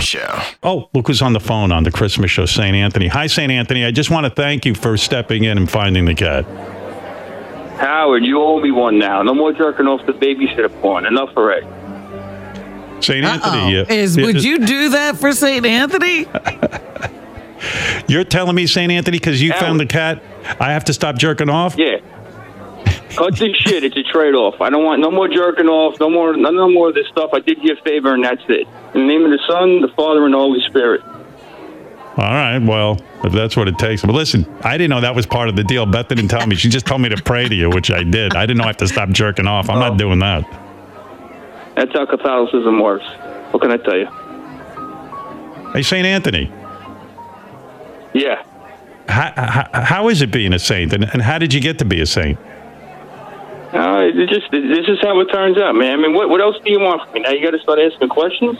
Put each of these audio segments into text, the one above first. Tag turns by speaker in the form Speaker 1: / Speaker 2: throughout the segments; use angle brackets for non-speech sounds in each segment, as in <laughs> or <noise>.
Speaker 1: show.
Speaker 2: Oh, look who's on the phone on the Christmas show, St. Anthony. Hi, St. Anthony. I just want to thank you for stepping in and finding the cat.
Speaker 3: Howard, you owe me one now. No more jerking off the babysitter porn. Enough already.
Speaker 2: St.
Speaker 4: Uh-oh.
Speaker 2: Anthony, you-
Speaker 4: Is
Speaker 2: you-
Speaker 4: would you do that for Saint Anthony?
Speaker 2: You're telling me, St. Anthony, because you
Speaker 3: Howard.
Speaker 2: found the cat, I have to stop jerking off?
Speaker 3: Yeah. Cut this shit. It's a trade-off. I don't want no more jerking off. No more. No, no more of this stuff. I did you a favor, and that's it. In the name of the Son, the Father, and the Holy Spirit.
Speaker 2: All right. Well, if that's what it takes. But listen, I didn't know that was part of the deal. Beth didn't tell me. She just told me to pray to you, which I did. I didn't know I have to stop jerking off.
Speaker 4: Oh.
Speaker 2: I'm not doing that.
Speaker 3: That's how Catholicism works. What can I tell you?
Speaker 2: Hey, St. Anthony,
Speaker 3: Yeah.
Speaker 2: how, how, how is it being a saint? And, and how did you get to be a saint?
Speaker 3: Uh, it just this is how it turns out, man. I mean, what what else do you want from me? Now you got to start asking questions.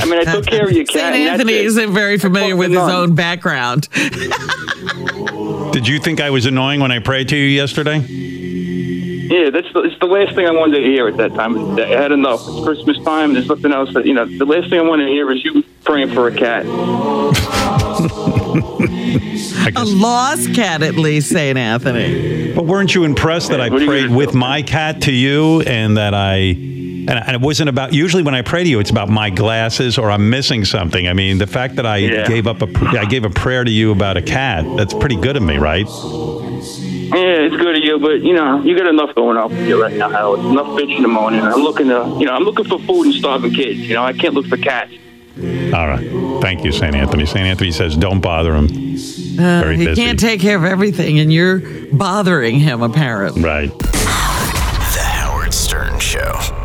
Speaker 3: I mean, I took care
Speaker 4: <laughs>
Speaker 3: of your cat.
Speaker 4: Saint
Speaker 3: and that's
Speaker 4: Anthony
Speaker 3: it.
Speaker 4: isn't very familiar with his
Speaker 3: Fucking nun.
Speaker 4: own background.
Speaker 2: Did you think I was annoying when I prayed to you yesterday?
Speaker 3: Yeah, that's the, it's the last thing I wanted to hear at that time. I had enough. It's Christmas time. There's nothing else that you know. The last thing I wanted to hear is you praying for a cat.
Speaker 2: I
Speaker 4: A
Speaker 2: guess.
Speaker 4: lost cat, at least Saint Anthony.
Speaker 2: But weren't you impressed that I
Speaker 3: What are you
Speaker 2: prayed
Speaker 3: gonna
Speaker 2: with
Speaker 3: do?
Speaker 2: my cat to you and that I and, and it wasn't about usually when I pray to you it's about my glasses or I'm missing something. I mean, the fact that I
Speaker 3: Yeah.
Speaker 2: gave up a I gave a prayer to you about a cat, that's pretty good of me, right?
Speaker 3: Yeah, it's good of you, but you know you got enough going on with you right now, Howard. Enough bitching and moaning. I'm looking to, you know, I'm looking for food and starving kids. You know, I can't look for cats.
Speaker 2: All right. Thank you, St. Anthony. St. Anthony says don't bother him. Very
Speaker 4: Uh, he
Speaker 2: busy.
Speaker 4: can't take care of everything, and you're bothering him apparently.
Speaker 2: Right.
Speaker 1: The Howard Stern Show.